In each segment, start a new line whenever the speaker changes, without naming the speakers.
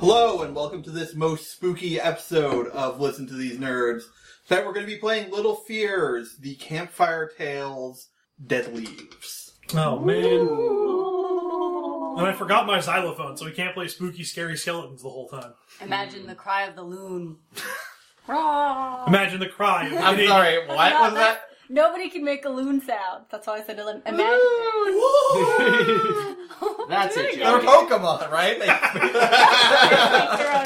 Hello, and welcome to this most spooky episode of Listen to These Nerds. Tonight we're going to be playing Little Fears, the Campfire Tales Dead Leaves.
Oh man. And I forgot my xylophone, so we can't play spooky, scary skeletons the whole time.
Imagine the cry of the loon. Rah.
Imagine the cry. of
I'm
getting-
sorry, what was that?
Nobody can make a loon sound. That's why I said elim- imagine.
That's a
They're
joke.
Pokemon, right?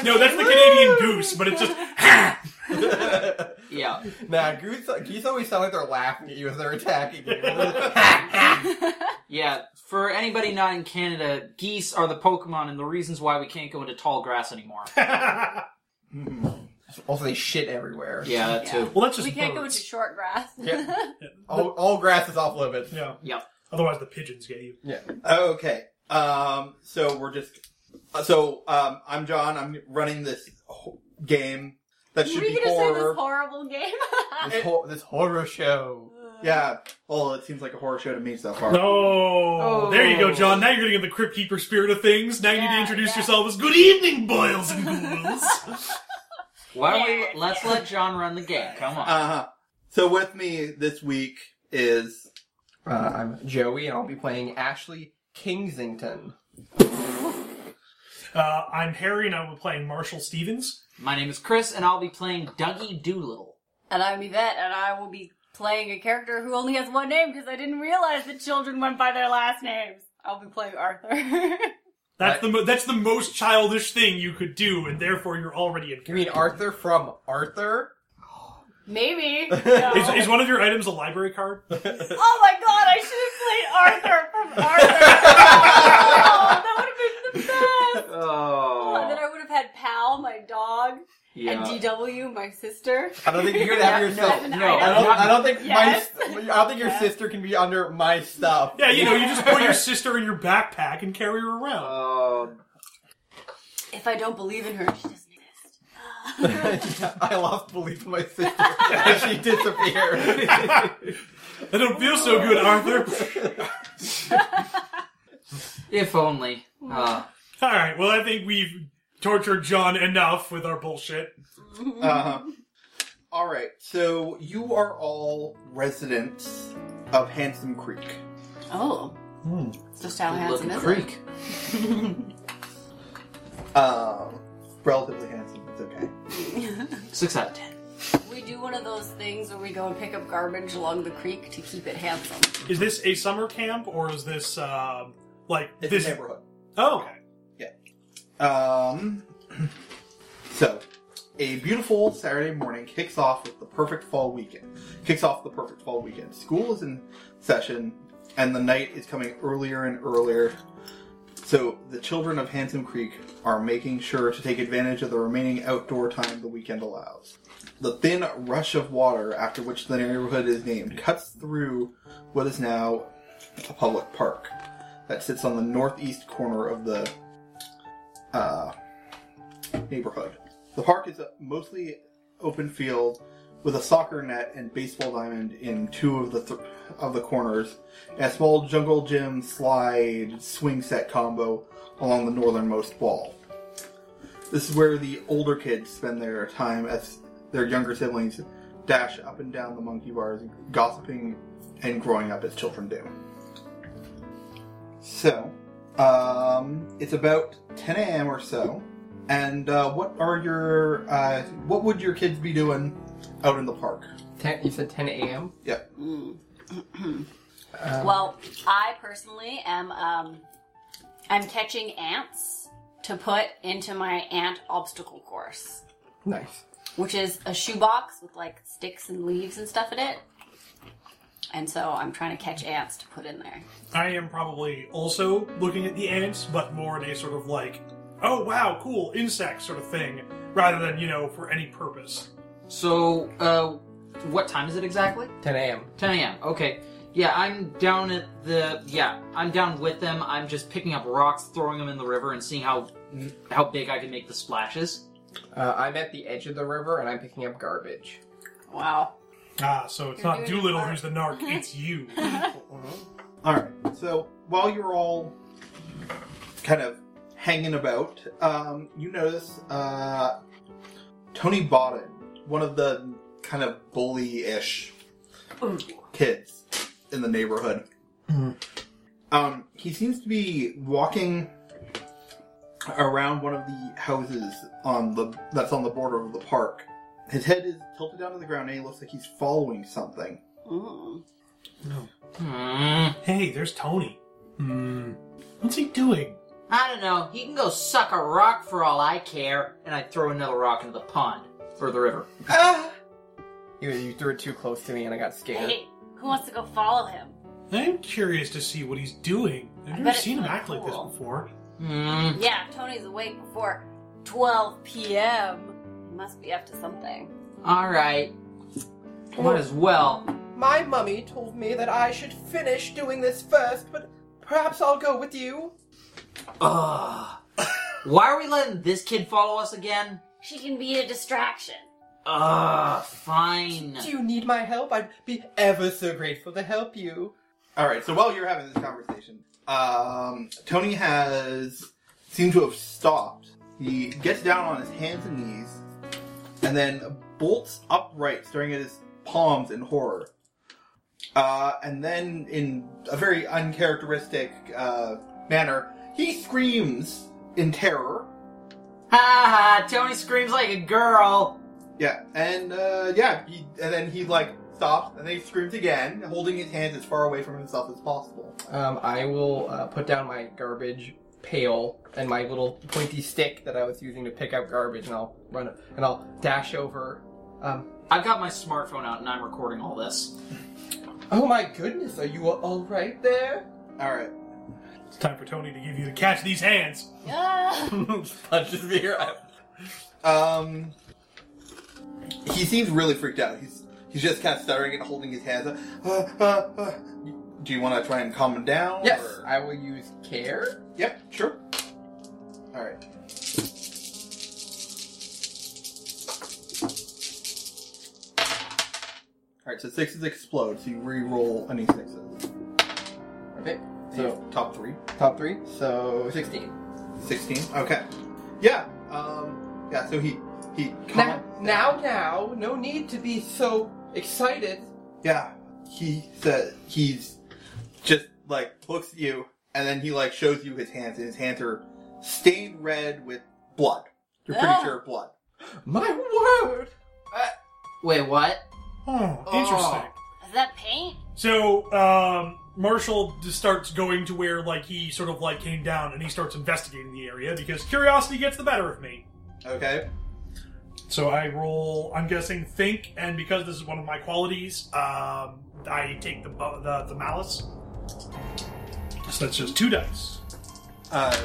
No, that's the Canadian goose, but it's just
Yeah.
nah, Goose, Geese always sound like they're laughing at you as they're attacking you. ah,
Yeah. For anybody not in Canada, geese are the Pokemon and the reasons why we can't go into tall grass anymore.
Mm-hmm. also, they shit everywhere.
Yeah, that too.
well, that's just
we can't go into
birds.
short grass.
Yeah. All, all grass is off limits.
Yeah.
Yep.
Otherwise, the pigeons get you.
Yeah. Okay. Um, so we're just. uh, So um, I'm John. I'm running this ho- game that
Were
should
you
be
gonna say this
horror.
horrible game?
This, ho- this horror show. Yeah. Well, it seems like a horror show to me so far.
No. There you go, John. Now you're gonna get the Crypt Keeper spirit of things. Now you need to
Oh. Yeah,
introduce
yeah.
yourself as Good evening, boils and ghouls.
Why don't we let's let John run the game? Come on.
Uh huh. So with me this week is uh, I'm Joey, and I'll be playing Ashley Kingsington.
uh, I'm Harry, and I'm playing Marshall Stevens.
My name is Chris, and I'll be playing Dougie Doolittle.
and I'm Yvette, and I will be playing a character who only has one name because I didn't realize that children went by their last names. I'll be playing Arthur.
Right.
That's the mo- that's the most childish thing you could do, and therefore you're already in.
You mean Arthur from Arthur?
Maybe.
Is,
No.
is one of your items a library card?
Oh my god, I should have played Arthur from Arthur. oh, that would have been the best. Oh, and then
Oh.
I would have had Pal, my dog, and
Yeah.
DW, my sister.
I don't think you're gonna have
Yeah,
yourself.
no,
no,
I don't. I don't think
Yes.
my. I don't think your sister can be under my stuff.
Yeah, you know, you just put your sister in your backpack and carry her around.
Oh.
If I don't believe in her, she doesn't exist.
I lost belief in my sister. and she disappeared.
That don't feel so good, Arthur.
If only.
Hmm.
Uh,
All right. Well, I think we've tortured John enough with our bullshit.
Uh-huh. All right, so you are all residents of Handsome Creek.
Oh. Just how
good
handsome
looking
is it?
Hmm. creek.
Um, relatively handsome, it's okay.
Six out of ten.
We do one of those things where we go and pick up garbage along the creek to keep it handsome.
Is this a summer camp or is this um, like
It's
this?
a neighborhood.
Oh, okay.
Um, so, a beautiful Saturday morning kicks off with the perfect fall weekend. Kicks off the perfect fall weekend. School is in session, and the night is coming earlier and earlier. So, the children of Handsome Creek are making sure to take advantage of the remaining outdoor time the weekend allows. The thin rush of water, after which the neighborhood is named, cuts through what is now a public park that sits on the northeast corner of the uh, neighborhood. The park is a mostly open field with a soccer net and baseball diamond in two of the th- of the corners, and a small jungle gym slide swing set combo along the northernmost wall. This is where the older kids spend their time as their younger siblings dash up and down the monkey bars, gossiping and growing up as children do. So, um, it's about 10 a.m. or so. And uh, what are your uh, what would your kids be doing out in the park?
Ten, you said 10 a.m.
Yep.
Uh-huh.
Well, I personally am um I'm catching ants to put into my ant obstacle course,
Nice.
which is a shoebox with like sticks and leaves and stuff in it. And so I'm trying to catch ants to put in there.
I am probably also looking at the ants, but more in a sort of like, oh wow, cool insect sort of thing, rather than you know for any purpose.
So, uh, what time is it exactly?
10 a.m.
10 a.m. Okay. Yeah, I'm down at the. Yeah, I'm down with them. I'm just picking up rocks, throwing them in the river, and seeing how how big I can make the splashes.
Uh, I'm at the edge of the river and I'm picking up garbage.
Wow.
Ah, so it's
You're
not
doing it
Doolittle
for-
who's the narc; it's you.
All right. So while you're all kind of hanging about, um, you notice uh, Tony Bodden, one of the kind of bully-ish kids in the neighborhood. Um, he seems to be walking around one of the houses on the that's on the border of the park. His head is tilted down to the ground, and he looks like he's following something.
Mm.
Hmm.
Hey, there's Tony. Hmm. What's he doing?
I don't know. He can go suck a rock for all I care, and I'd throw another rock into the pond or the river.
You, you threw it too close to me and I got scared.
Hey, who wants to go follow him?
I'm curious to see what he's doing. I've
I
never
bet it's
seen him
really
act like this
cool.
before.
Hmm.
Yeah, if Tony's awake before 12 p.m., he must be up to something.
All right. Might as well.
My mummy told me that I should finish doing this first, but perhaps I'll go with you.
Ugh. Why are we letting this kid follow us again?
She can be a distraction.
Ugh. Fine.
Do you need my help? I'd be ever so grateful to help you.
All right. So while you're having this conversation, um, Tony has seemed to have stopped. He gets down on his hands and knees, and then bolts upright, staring at his palms in horror. Uh, and then, in a very uncharacteristic uh, manner, he screams in terror.
Ha ha! Tony screams like a girl.
Yeah, and uh, yeah, he, and then he like stops, and then he screams again, holding his hands as far away from himself as possible.
Um, I will uh, put down my garbage pail and my little pointy stick that I was using to pick up garbage, and I'll run and I'll dash over. Um,
I've got my smartphone out and I'm recording all this.
oh my goodness, are you all right there?
All right.
It's time for Tony to give you the catch these hands.
Ah.
Punches me right.
Um, he seems really freaked out. He's he's just kind of stuttering and holding his hands up. Uh, uh, uh. Do you want to try and calm him down?
Yes,
or-
I will use care.
Yep. Sure. All right. All right. So sixes explode. So you re-roll any sixes.
Okay,
So
so
top three.
top three, so sixteen.
16 okay yeah um yeah so he he
Now,
calm-
now, now, no need to be so excited.
yeah he said he's just like looks at you and then he like shows you his hands and his hands are stained red with blood you're pretty
Ah.
sure blood
My word!
Wait, what?
Oh,
Oh.
interesting.
Is that paint?
So, um, Marshall just starts going to where, like, he sort of, like, came down and he starts investigating the area because curiosity gets the better of me.
okay
So I roll, I'm guessing, think, and because this is one of my qualities, um, I take the, bu- the, the malice. So that's just two dice.
uh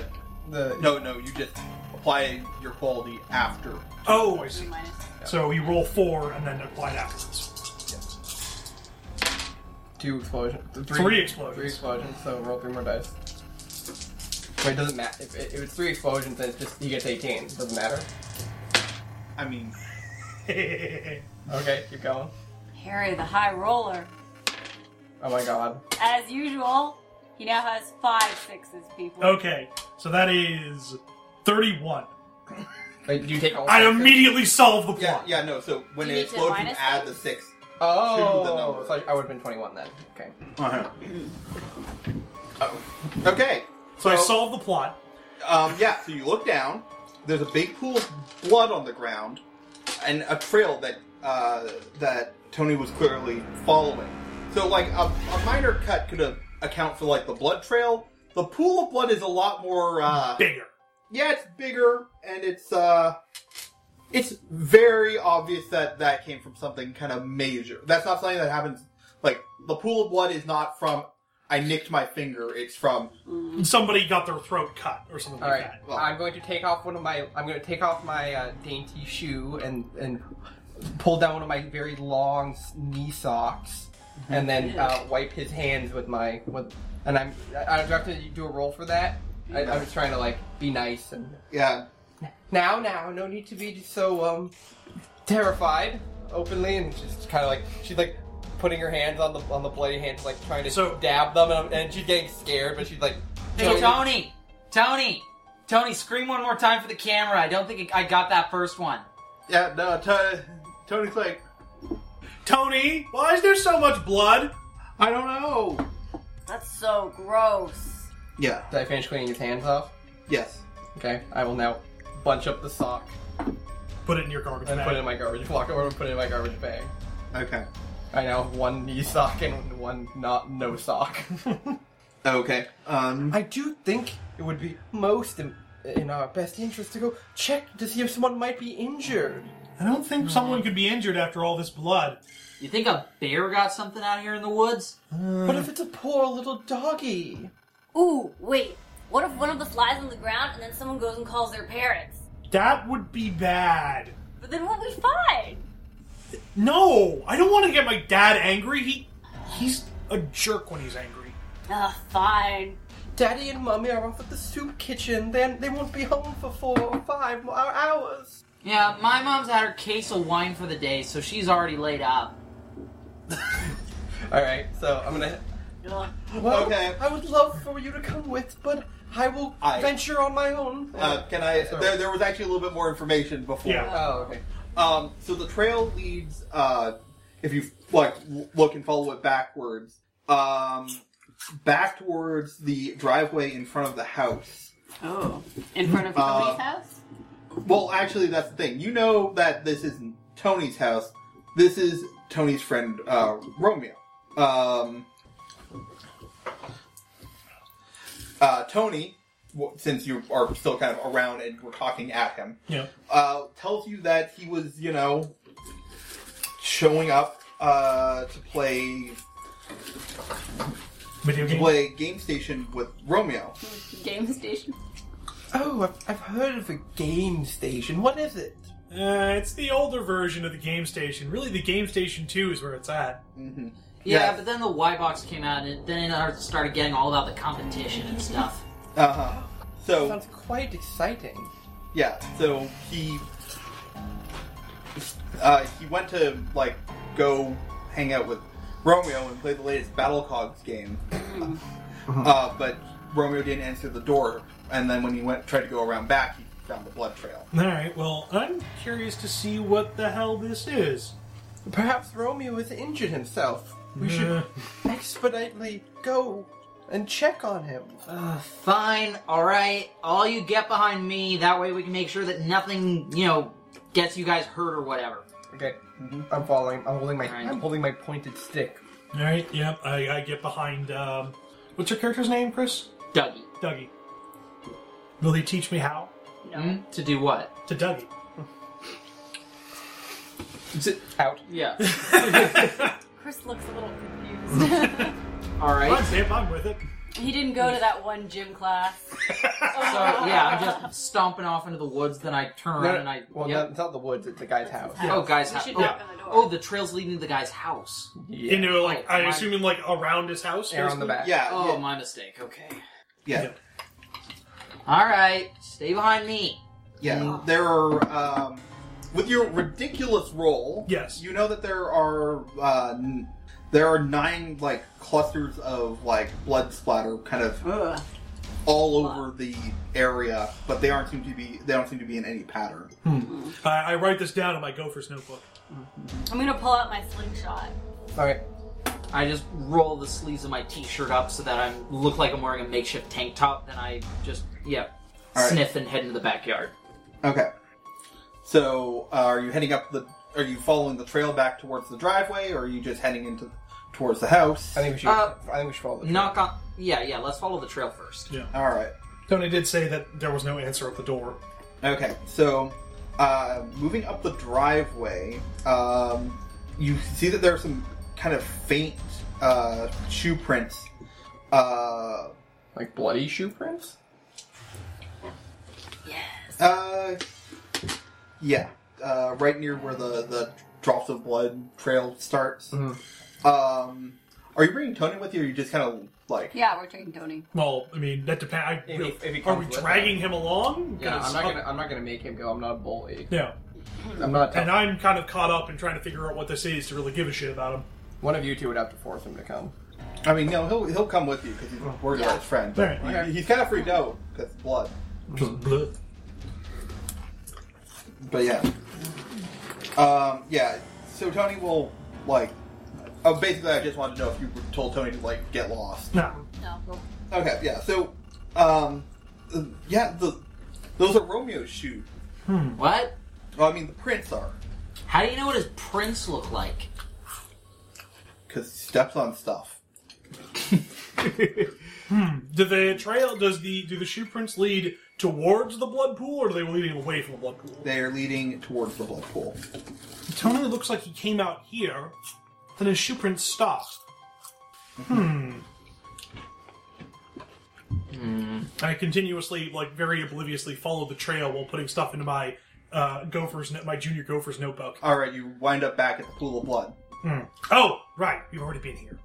the no no you just apply your quality after
Oh, I see.
Minus.
So you roll four and then apply it afterwards.
Two explosions.
Three explosions.
Three explosions. So roll three more dice. Wait, it doesn't matter. If, if it's three explosions, then it's just he gets 18. It doesn't matter.
i mean
Okay, keep going.
Harry the High Roller.
Oh my god.
As usual, he now has five sixes, people.
okay, so that is 31.
Wait, do you take all?
I
sixes?
immediately solve the
yeah
plot.
yeah no so when
You
it
need to
explodes you
minus
add
eight?
the six
Oh,
to the number.
so I would have been 21 then. Okay.
uh-huh. Oh, okay
So I solve the plot.
Um, yeah, so you look down. There's a big pool of blood on the ground, and a trail that uh, that Tony was clearly following. So, like a, a minor cut could have account for like the blood trail. The pool of blood is a lot more. Uh,
Bigger.
yeah, it's bigger, and it's uh, it's very obvious that that came from something kind of major. That's not something that happens. Like the pool of blood is not from. I nicked my finger. It's from
Somebody got their throat cut or something
All
like
right.
that.
Well-
I'm going to take off one of my. I'm going to take off my uh, dainty shoe and and pull down one of my very long s- knee socks, and then uh, wipe his hands with my with. And I'm. I, I do I have to do a roll for that. I, I'm just trying to like be nice and.
yeah.
Now, now, no need to be so um terrified openly, and just kind of like she's like putting her hands on the on the bloody hands, like trying to
So-
dab them, and, and she's getting scared, but she's like,
Hey, Tony! Tony! Tony! Tony, scream one more time for the camera. I don't think it, I got that first one.
Yeah, no, Tony, Tony's like,
Tony, why is there so much blood?
I don't know.
That's so gross.
Yeah,
Did I finish cleaning his hands off?
yes.
Okay, I will now bunch up the sock
Put it in your garbage
and
bag.
put it in my garbage. Walk over and put it in my garbage bag.
Okay.
I now have one knee sock and one not no sock.
Okay. Um.
I do think it would be most in, in our best interest to go check to see if someone might be injured.
I don't think someone could be injured after all this blood.
You think a bear got something out here in the woods?
What if it's a poor little doggy?
Ooh, wait. What if one of us lies on the ground and then someone goes and calls their parents?
That would be bad.
But then what we find?
No, I don't want to get my dad angry. He, he's a jerk when he's angry.
Ah, fine.
Daddy and Mummy are off at the soup kitchen. Then they won't be home for four or five more hours.
Yeah, my mom's had her case of wine for the day, so she's already laid up.
All right, so I'm gonna.
Ugh.
Well,
Okay.
I would love for you to come with, but I will
I-
venture on my own.
Uh, can I? There, there was actually a little bit more information before.
Yeah.
oh, okay.
Um. So the trail leads. Uh, if you like, w- look and follow it backwards. Um, back towards the driveway in front of the house.
Oh. In front of
somebody's Uh,
house?
Well, actually, that's the thing. You know that this isn't Tony's house. This is Tony's friend uh, Romeo. Um, uh, Tony, w- since you are still kind of around and we're talking at him,
Yeah.
uh, tells you that he was, you know, showing up uh, to play
Video
to
game.
play Game Station with Romeo.
Game station.
Oh, I've, I've heard of a game station. What is it?
Uh, it's the older version of the game station. Really, the game station two is where it's at.
hmm
Yeah,
Yes.
but then the Y box came out, and then it started getting all about the competition and stuff.
Uh huh. So
Sounds quite exciting.
Yeah, so he uh, he went to like go hang out with Romeo and play the latest Battle Cogs game, uh, but Romeo didn't answer the door. And then when he went tried to go around back, he found the blood trail.
All right. Well, I'm curious to see what the hell this is.
Perhaps Romeo has injured himself. We should expeditely go and check on him.
Uh, fine, alright. All you get behind me, that way we can make sure that nothing, you know, gets you guys hurt or whatever.
Okay, Mm-hmm. I'm following. I'm holding my.
Alright.
I'm holding my pointed stick.
All right. Yep. I, I get behind. Um, what's your character's name, Chris?
Dougie.
Dougie. Will he teach me how
Hmm? To do what?
to Dougie?
Out.
Yeah.
Chris looks a little confused.
Alright.
Fine, Sam, I'm with it.
he didn't go to that one gym class.
So, yeah, I'm just stomping off into the woods, then I turn around and I.
well,
yep.
not, it's not the woods. It's the guy's house.
Oh, guys'
We
house.
should
Oh,
knock on the door.
oh, the trail's leading to the guy's house.
Yeah.
Into like
Oh,
I'm
my-
assuming like around his house.
Air on the
basically?
back.
Uh, Yeah,
Oh, my mistake. Okay.
yeah, yeah.
yeah.
Alright, stay behind me.
yeah. There are um, with your ridiculous roll.
Yes.
you know that there are uh, n- there are nine like clusters of like blood splatter kind of
Ugh.
all over the area, but they aren't seem to be they don't seem to be in any pattern.
I, I write this down in my gopher's notebook.
I'm gonna pull out my slingshot.
All right.
I just roll the sleeves of my t-shirt up so that I look like I'm wearing a makeshift tank top. Then I just yeah,
All right.
sniff and head into the backyard.
Okay. So uh, are you heading up the? Are you following the trail back towards the driveway, or are you just heading into towards the house?
I think we should.
Uh,
I think we should follow. The
Knock on. Yeah, yeah. Let's follow the trail first.
Yeah.
All right.
Tony did say that there was no answer at the door.
Okay. So uh, moving up the driveway, um, you see that there are some kind of faint uh, shoe prints. Uh,
like bloody shoe prints.
Yes.
Uh, yeah, uh, right near where the the drops of blood trail starts. Um, are you bringing Tony with you? or Are you just kind of like
Yeah, we're taking Tony.
Well, I mean that depends.
If he- if he
Are
comes
we
with
dragging him along?
Yeah, I'm
'Cause-
not gonna. I'm not gonna make him go. I'm not a bully.
Yeah.
I'm not.
And I'm kind of caught up in trying to figure out what this is to really give a shit about him.
one of you two would have to force him to come.
I mean, no, he'll he'll come with you because he's worried about his friend.
Alright.
He- he's kind of freaked out because blood.
Just bleh.
But yeah. Um, yeah. So Tony will like. Oh, basically, I just wanted to know if you told Tony to like get lost.
No.
No.
Okay. Yeah. So, um, uh, yeah. The those are Romeo's shoes. Hmm.
What?
Well, I mean, the prints are
How do you know what his prints look like?
because steps on stuff.
Do the trail? Does the do the shoe prints lead towards the blood pool, or are they leading away from the blood pool?
They are leading towards the blood pool.
Tony looks like he came out here, then his shoe prints stopped. Hmm. I continuously, like, very obliviously follow the trail while putting stuff into my uh, gophers, no- my junior gophers notebook.
All right, you wind up back at the pool of blood.
Oh, right, you've already been here.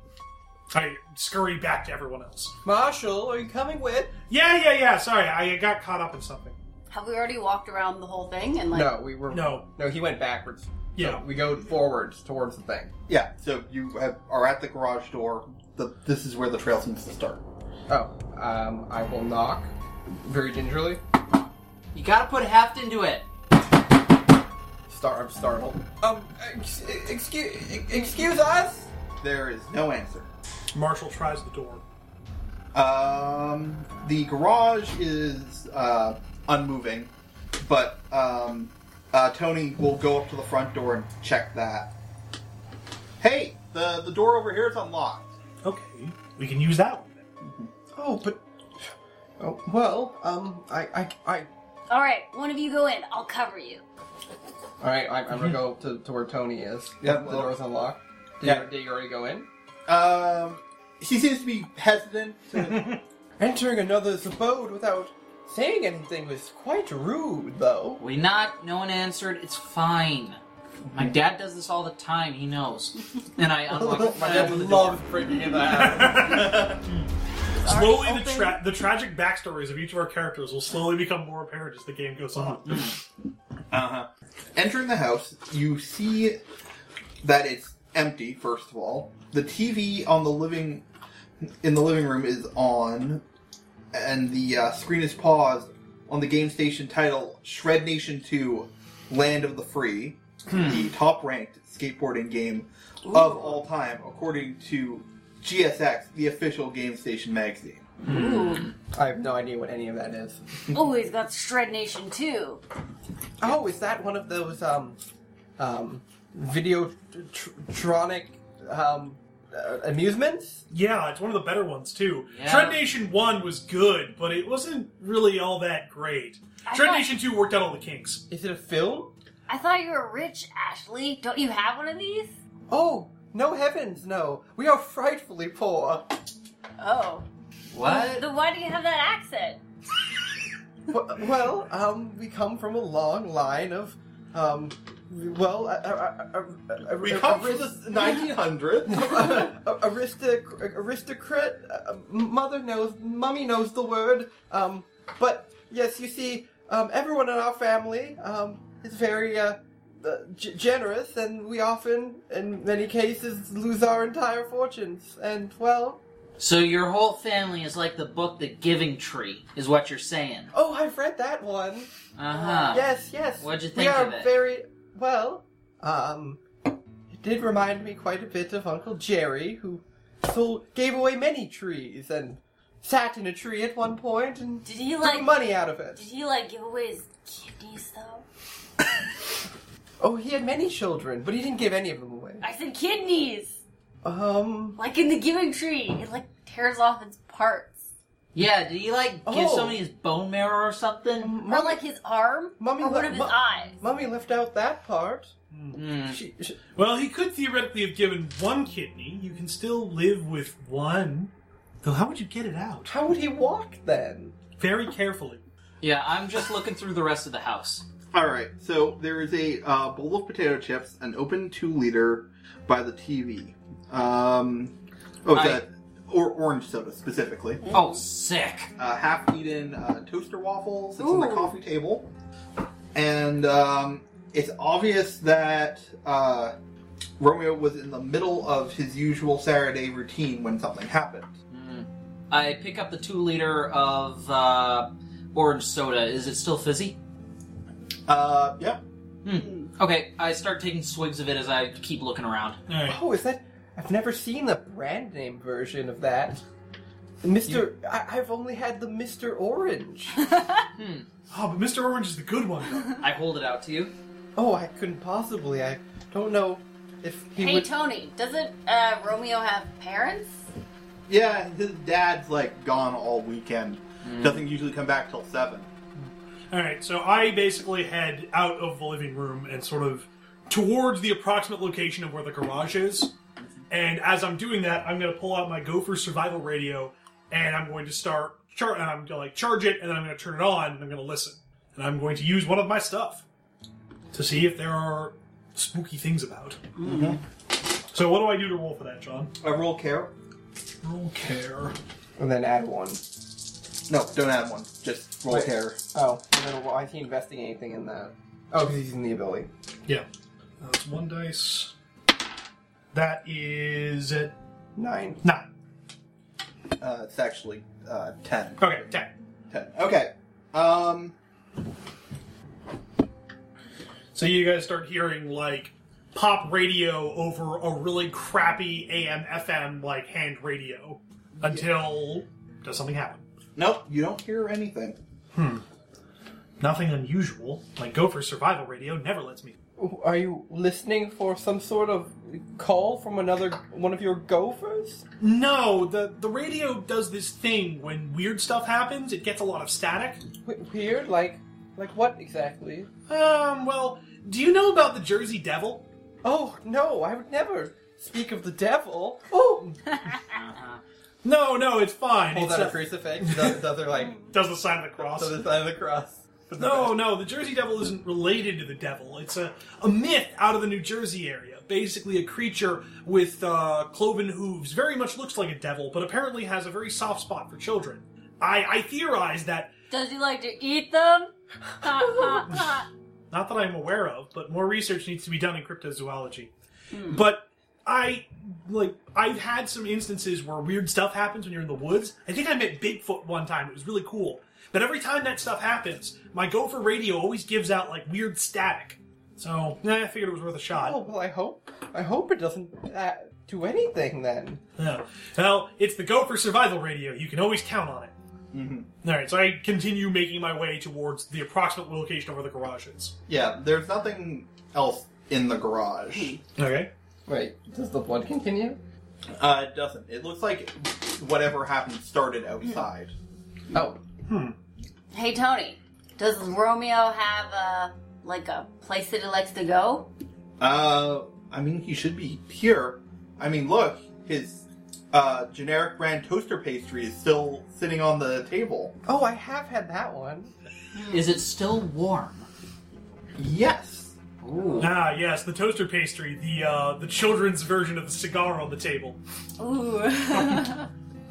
I scurry back to everyone else.
Marshall, are you coming with?
Yeah, yeah, yeah. Sorry, I got caught up in something.
Have we already walked around the whole thing and like?
No, we were.
No.
No, he went backwards.
Yeah.
So we go forwards towards the thing.
Yeah. So you have, are at the garage door. The, this is where the trail seems to start.
Oh, um, I will knock very gingerly.
You gotta put heft into it.
Star, I'm startled. Um, ex- excuse, excuse us.
There is no answer.
Marshall tries the door.
Um, the garage is uh, unmoving, but um, uh, Tony will go up to the front door and check that. Hey, the the door over here is unlocked.
Okay, we can use that one. Then.
Oh, but. Oh, well, um, I, I, I.
All right, one of you go in. I'll cover you.
All right, I,
Mm-hmm.
I'm gonna go to, to where Tony is.
Yeah,
the
well-
door's unlocked. Did,
Yeah.
you, did you already go in?
Um, she seems to be hesitant. To,
Entering another's abode without saying anything was quite rude, though.
We knocked, no one answered, it's fine. My dad does this all the time, he knows. And I unlock
My dad
the door.
loves breaking in the house.
Slowly,
Already
the,
open?
tra- the tragic backstories of each of our characters will slowly become more apparent as the game goes on.
uh-huh. Entering the house, you see that it's empty. First of all, the TV on the living in the living room is on, and the uh, screen is paused on the game station title Shred Nation 2 Land of the Free, the top ranked skateboarding game of all time, according to GSX, the official game station magazine.
Ooh.
I have no idea what any of that is.
Mm.
oh, he's got Shred Nation too.
Oh, is that one of those um, um, videotronic um, uh, amusements?
yeah, it's one of the better ones too.
Yeah.
Tread Nation One was good, but it wasn't really all that great.
I
Tread
thought-
Nation Two worked out all the kinks.
Is it a film?
I thought you were rich, Ashley. Don't you have one of these?
Oh, no heavens, no! We are frightfully poor.
Oh.
What?
Then why do you have that accent?
W- well, um, we come from a long line of, um, well,
We come from the 1900s.
aristocrat, aristocrat. Uh, mother knows, mummy knows the word. Um, but yes, you see, um, everyone in our family um, is very uh, uh, g- generous, and we often, in many cases, lose our entire fortunes. And well,
So your whole family is like the book The Giving Tree, is what you're saying.
oh, I've read that one.
Uh-huh.
Yes, yes.
What'd you
we
think
are
of it?
Very well. Um, it did remind me quite a bit of Uncle Jerry, who sold, gave away many trees and sat in a tree at one point and
Did he
took
like?
money out of it.
Did he like give away his kidneys though?
Oh, he had many children, but he didn't give any of them away.
I said kidneys,
Um,
like in the Giving Tree. It like tears off its parts,
Yeah, did he like give
Oh.
somebody his bone marrow or something?
or like his arm,
Mummy
or one
le-
of his
mu-
eyes. Hmm.
Mummy left out that part.
Mm.
She, she,
Well, he could theoretically have given one kidney. You can still live with one, though. How would you get it out?
how would he walk then?
Very carefully.
Yeah, I'm just looking through the rest of the house.
All right, so there is a uh, bowl of potato chips, an open two liter by the TV. Um, oh,
I-
that or orange soda specifically.
Oh, sick.
Uh, half eaten uh, toaster waffle sits on the
Ooh.
coffee table, and um, it's obvious that uh, Romeo was in the middle of his usual Saturday routine when something happened.
I pick up the two liter of uh, orange soda. Is it still fizzy? Hmm.
Uh, yeah.
Okay, I start taking swigs of it as I keep looking around.
All right.
Oh, is that? I've never seen the brand name version of that. Mister, I, I've only had the Mister Orange.
Oh, but Mr. Orange is the good one. though.
I hold it out to you.
oh, I couldn't possibly. I don't know if he
Hey
would.
Tony, doesn't uh, Romeo have parents?
Yeah, his dad's like gone all weekend. Doesn't usually come back till 7.
All right. So I basically head out of the living room and sort of towards the approximate location of where the garage is. And as I'm doing that, I'm going to pull out my Gopher survival radio, and I'm going to start char- and I'm going to like charge it, and then I'm going to turn it on, and I'm going to listen, and I'm going to use one of my stuff to see if there are spooky things about. So what do I do to roll for that, John?
I roll care.
Roll care.
And then add one.
No, don't add one. Just roll
Wait.
care.
Oh, and then why is he investing anything in that? Oh, because he's in the ability.
Yeah, that's one dice. That is it.
Nine.
Nine.
Uh, it's actually uh, 10.
Okay, ten.
10. Okay. Um,
So you guys start hearing like pop radio over a really crappy AM FM like hand radio until does something happen.
nope, you don't hear anything.
Nothing unusual. Like Gopher Survival Radio never lets me.
Are you listening for some sort of call from another one of your gophers?
No, the the radio does this thing when weird stuff happens. It gets a lot of static.
W- weird, like, like what exactly?
Um, well, do you know about the Jersey Devil?
Oh no, I would never speak of the devil. Oh,
No, no, it's fine.
hold
It's
out a
a-
crucifix. Does, does her like
does the sign of the cross.
to the side of the cross?
No, no, the Jersey Devil isn't related to the devil. It's a, a myth out of the New Jersey area. Basically, a creature with uh, cloven hooves, very much looks like a devil, but apparently has a very soft spot for children. I, I theorize that,
Does he like to eat them? Ha, ha, ha.
not that I'm aware of, but more research needs to be done in cryptozoology. But I like I've had some instances where weird stuff happens when you're in the woods. I think I met Bigfoot one time. It was really cool. But every time that stuff happens, my gopher radio always gives out like weird static. So eh, I figured it was worth a shot.
Oh well, I hope I hope it doesn't uh, do anything then.
Yeah. Well, it's the Gopher Survival Radio. You can always count on it. Mm-hmm. right, so I continue making my way towards the approximate location of where the garage is.
Yeah, there's nothing else in the garage.
Okay.
Wait, does the blood continue?
Uh, it doesn't. It looks like whatever happened started outside.
Oh,
hey Tony, does Romeo have a like a place that he likes to go?
Uh, I mean, he should be here. I mean, look, his uh, generic brand toaster pastry is still sitting on the table.
oh, I have had that one.
Is it still warm?
Yes.
Ooh.
Ah, yes, the toaster pastry, the uh, the children's version of the cigar on the table.
Ooh.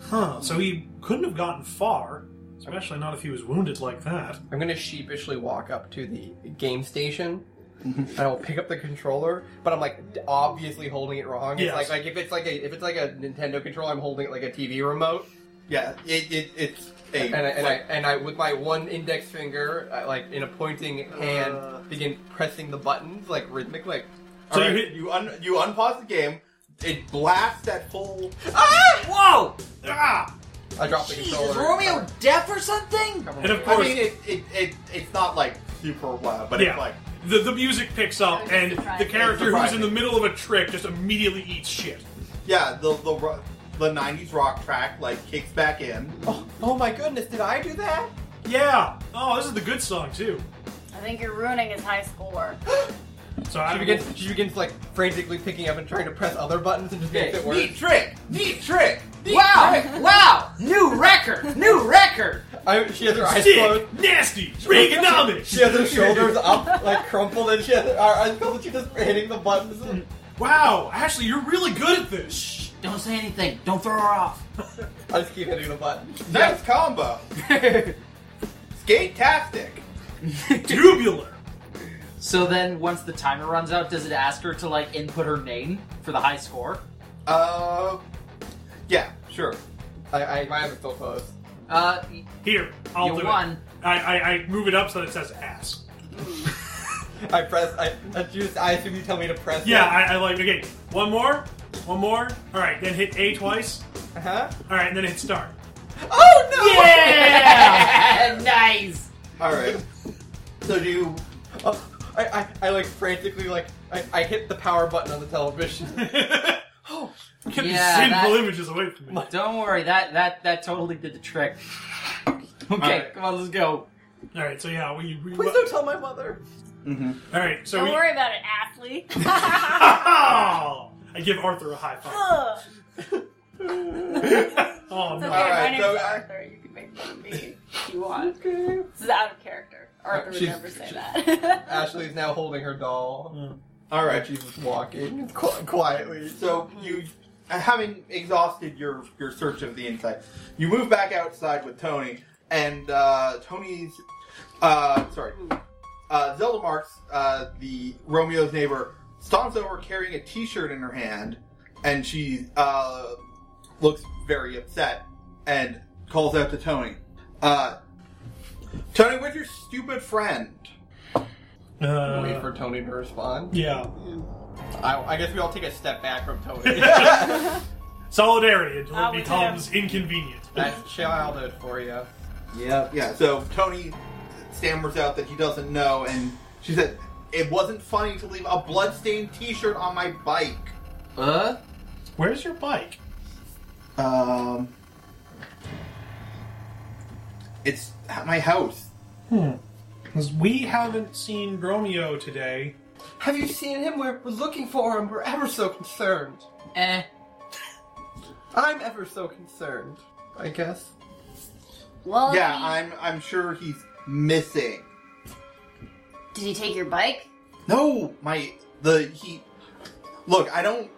Huh. So he couldn't have gotten far, especially not if he was wounded like that.
I'm gonna sheepishly walk up to the game station. and I will pick up the controller, but I'm like d- obviously holding it wrong. It's
Yes.
like like if it's like a if it's like a Nintendo controller, I'm holding it like a TV remote,
Yeah, it, it, it's a.
and I, and I and I with my one index finger, I, like in a pointing hand,
Uh.
begin pressing the buttons like rhythmic, like.
So
Alright,
you hit.
you un- you unpause the game. It blasts at full.
Whoa!
Ah!
I drop the
Jesus,
controller.
Romeo deaf or something?
Come on.
And of
I
course,
mean, it, it, it it's not like super loud, but
yeah.
it's like
the, the music picks up, and the character who's in
Surprising.
the middle of a trick just immediately eats shit.
yeah, the the ro- the '90s rock track like kicks back in.
oh, oh my goodness, did I do that?
Yeah. Oh, this is the good song too.
I think you're ruining his high school work.
So I
She begins she begins like frantically picking up and trying to press other buttons and just
Yeah,
makes it worse.
Neat trick, neat trick.
Wow! wow! New record! New record!
I, she has her eyes closed.
Sick, nasty, Reaganomics.
She has her shoulders up, like crumpled, and she has her eyes closed. and She's just hitting the buttons.
Wow, Ashley, you're really good at this.
Shh, don't say anything. Don't throw her off.
I just keep hitting the button.
Nice combo. Skate tastic.
Tubular.
So then, once the timer runs out, does it ask her to like input her name for the high score?
Uh, yeah, sure.
I, I, my eyes are still closed.
Uh, y-
Here, I'll
you
do
won.
I, I, I move it up so that it says ass.
I press. I, I just. I assume you tell me to press.
Yeah, I, I like. Okay, one more, one more. All right, then hit A twice.
Uh huh.
All right, and then hit start.
Oh no!
Yeah! nice!
All right. So do you?
Oh, I, I, I like frantically like I, I hit the power button on the television.
oh, get these
Yeah,
sinful
that-
images away from me.
Don't worry, that that that totally did the trick. Okay,
Alright.
come on, let's go.
All right, so yeah, we. we
Please don't tell my mother.
Mm-hmm.
All right, so
Don't
we.
worry about it, athlete.
Oh, I give Arthur a high five.
Ugh.
Oh
It's okay,
no.
All
my
right,
name's
so-
Arthur. You can make fun of me if you want. This is out of character. Arthur would
She's-
never say
she's-
that.
Ashley's now holding her doll.
All
All right,
right.
she's just walking qu- quietly.
So you, having exhausted your your search of the inside, you move back outside with Tony, and uh, Tony's, uh, sorry, uh, Zelda Marks, uh, the Romeo's neighbor, stomps over carrying a T-shirt in her hand, and she uh, looks very upset and calls out to Tony. Uh, Tony, where's your stupid friend?
Uh,
Wait for Tony to respond.
yeah.
I, I guess we all take a step back from Tony.
Solidarity until
I
it
would
becomes inconvenient.
That's childhood for you.
Yep. Yeah. So Tony stammers out that he doesn't know, and she said, "It wasn't funny to leave a bloodstained T-shirt on my bike."
Uh?
Where's your bike?
Um, it's at my house.
Because we haven't seen Romeo today.
Have you seen him? We're, we're looking for him. We're ever so concerned.
Eh.
I'm ever so concerned. I guess.
well,
Yeah, I'm. I'm sure he's missing.
did he take your bike?
No, my the he. Look, I don't.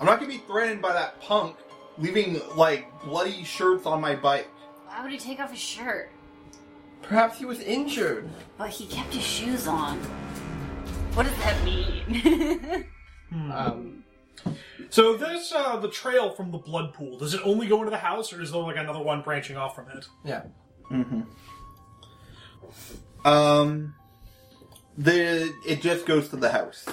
I'm not gonna be threatened by that punk leaving like bloody shirts on my bike.
Why would he take off his shirt?
Perhaps he was injured.
But he kept his shoes on. What does that mean?
Hmm.
Um,
So this uh, the trail from the blood pool. Does it only go into the house, or is there like another one branching off from it?
yeah.
Um, the it just goes to the house.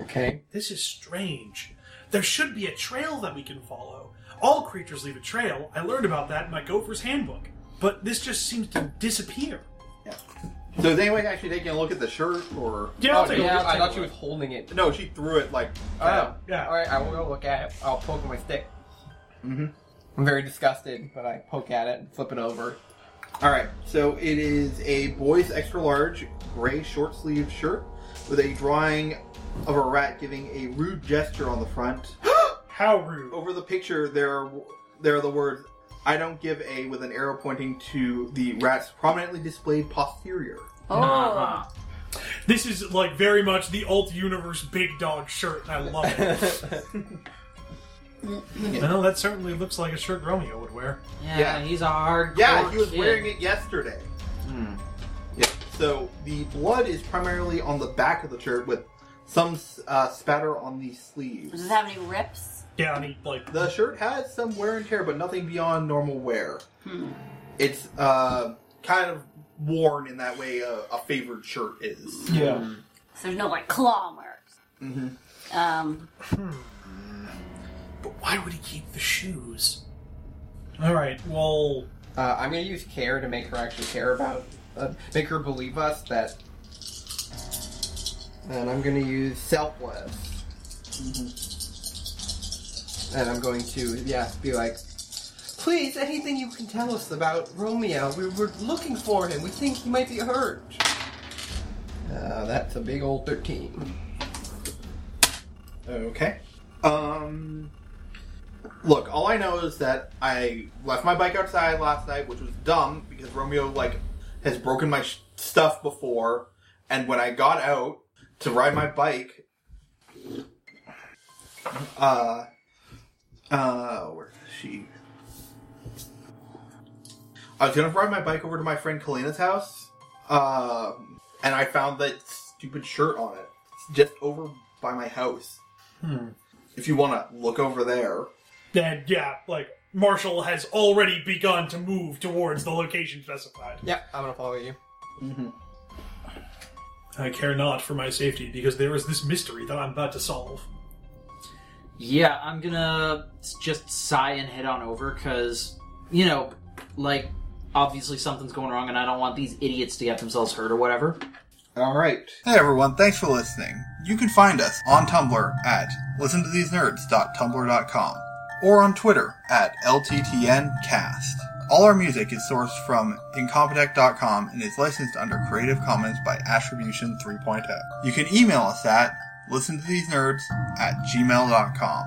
Okay.
This is strange. There should be a trail that we can follow. All creatures leave a trail. I learned about that in my Gopher's Handbook. But this just seems to disappear.
So is anyone actually taking a look at the shirt or
Yeah, I'll
Oh,
take
yeah,
a look.
I thought she was holding it.
no? She threw it like
Oh,
Yeah.
All right, I will go look at it. I'll poke with my stick. Mm-hmm. I'm very disgusted, but I poke at it and flip it over.
all right. So it is a boy's extra large gray short sleeved shirt with a drawing of a rat giving a rude gesture on the front.
How rude.
Over the picture, there are, there are the words "I don't give a" with an arrow pointing to the rat's prominently displayed posterior.
oh,
Uh-huh.
This is like very much the alt universe big dog shirt, and I love it. well, that certainly looks like a shirt Romeo would wear.
Yeah,
Yeah.
he's a hard
Yeah, he was wearing it yesterday. Yeah. So the blood is primarily on the back of the shirt with some uh, spatter on the sleeves.
does it have any rips?
Yeah, and he like
The shirt has some wear and tear, but nothing beyond normal wear. It's uh, kind of worn in that way a, a favored shirt is.
yeah.
So there's no like claw marks. Mm-hmm. Um,
But why would he keep the shoes? All right. Well,
Uh, I'm gonna use care to make her actually care about, uh, make her believe us that. And I'm gonna use selfless. And I'm going to, yeah, be like, please, anything you can tell us about Romeo. We were looking for him. We think he might be hurt. Uh, that's a big old 13.
Okay. Um. Look, all I know is that I left my bike outside last night, which was dumb because Romeo like has broken my sh- stuff before, and when I got out to ride my bike, uh, uh, where is she? I was gonna ride my bike over to my friend Kalina's house, um, and I found that stupid shirt on it. It's just over by my house. If you want to look over there,
then yeah, like Marshall has already begun to move towards the location specified.
Yeah, I'm gonna follow you.
I care not for my safety because there is this mystery that I'm about to solve.
Yeah, I'm gonna s- just sigh and head on over because, you know, like, obviously something's going wrong and I don't want these idiots to get themselves hurt or whatever.
All right.
Hey everyone, thanks for listening. You can find us on Tumblr at listentothesenerds.tumblr.com or on Twitter at LTTNcast. All our music is sourced from incompetech.com and is licensed under Creative Commons by oh. Attribution 3.0. You can email us at listentothesenerds at gmail.com.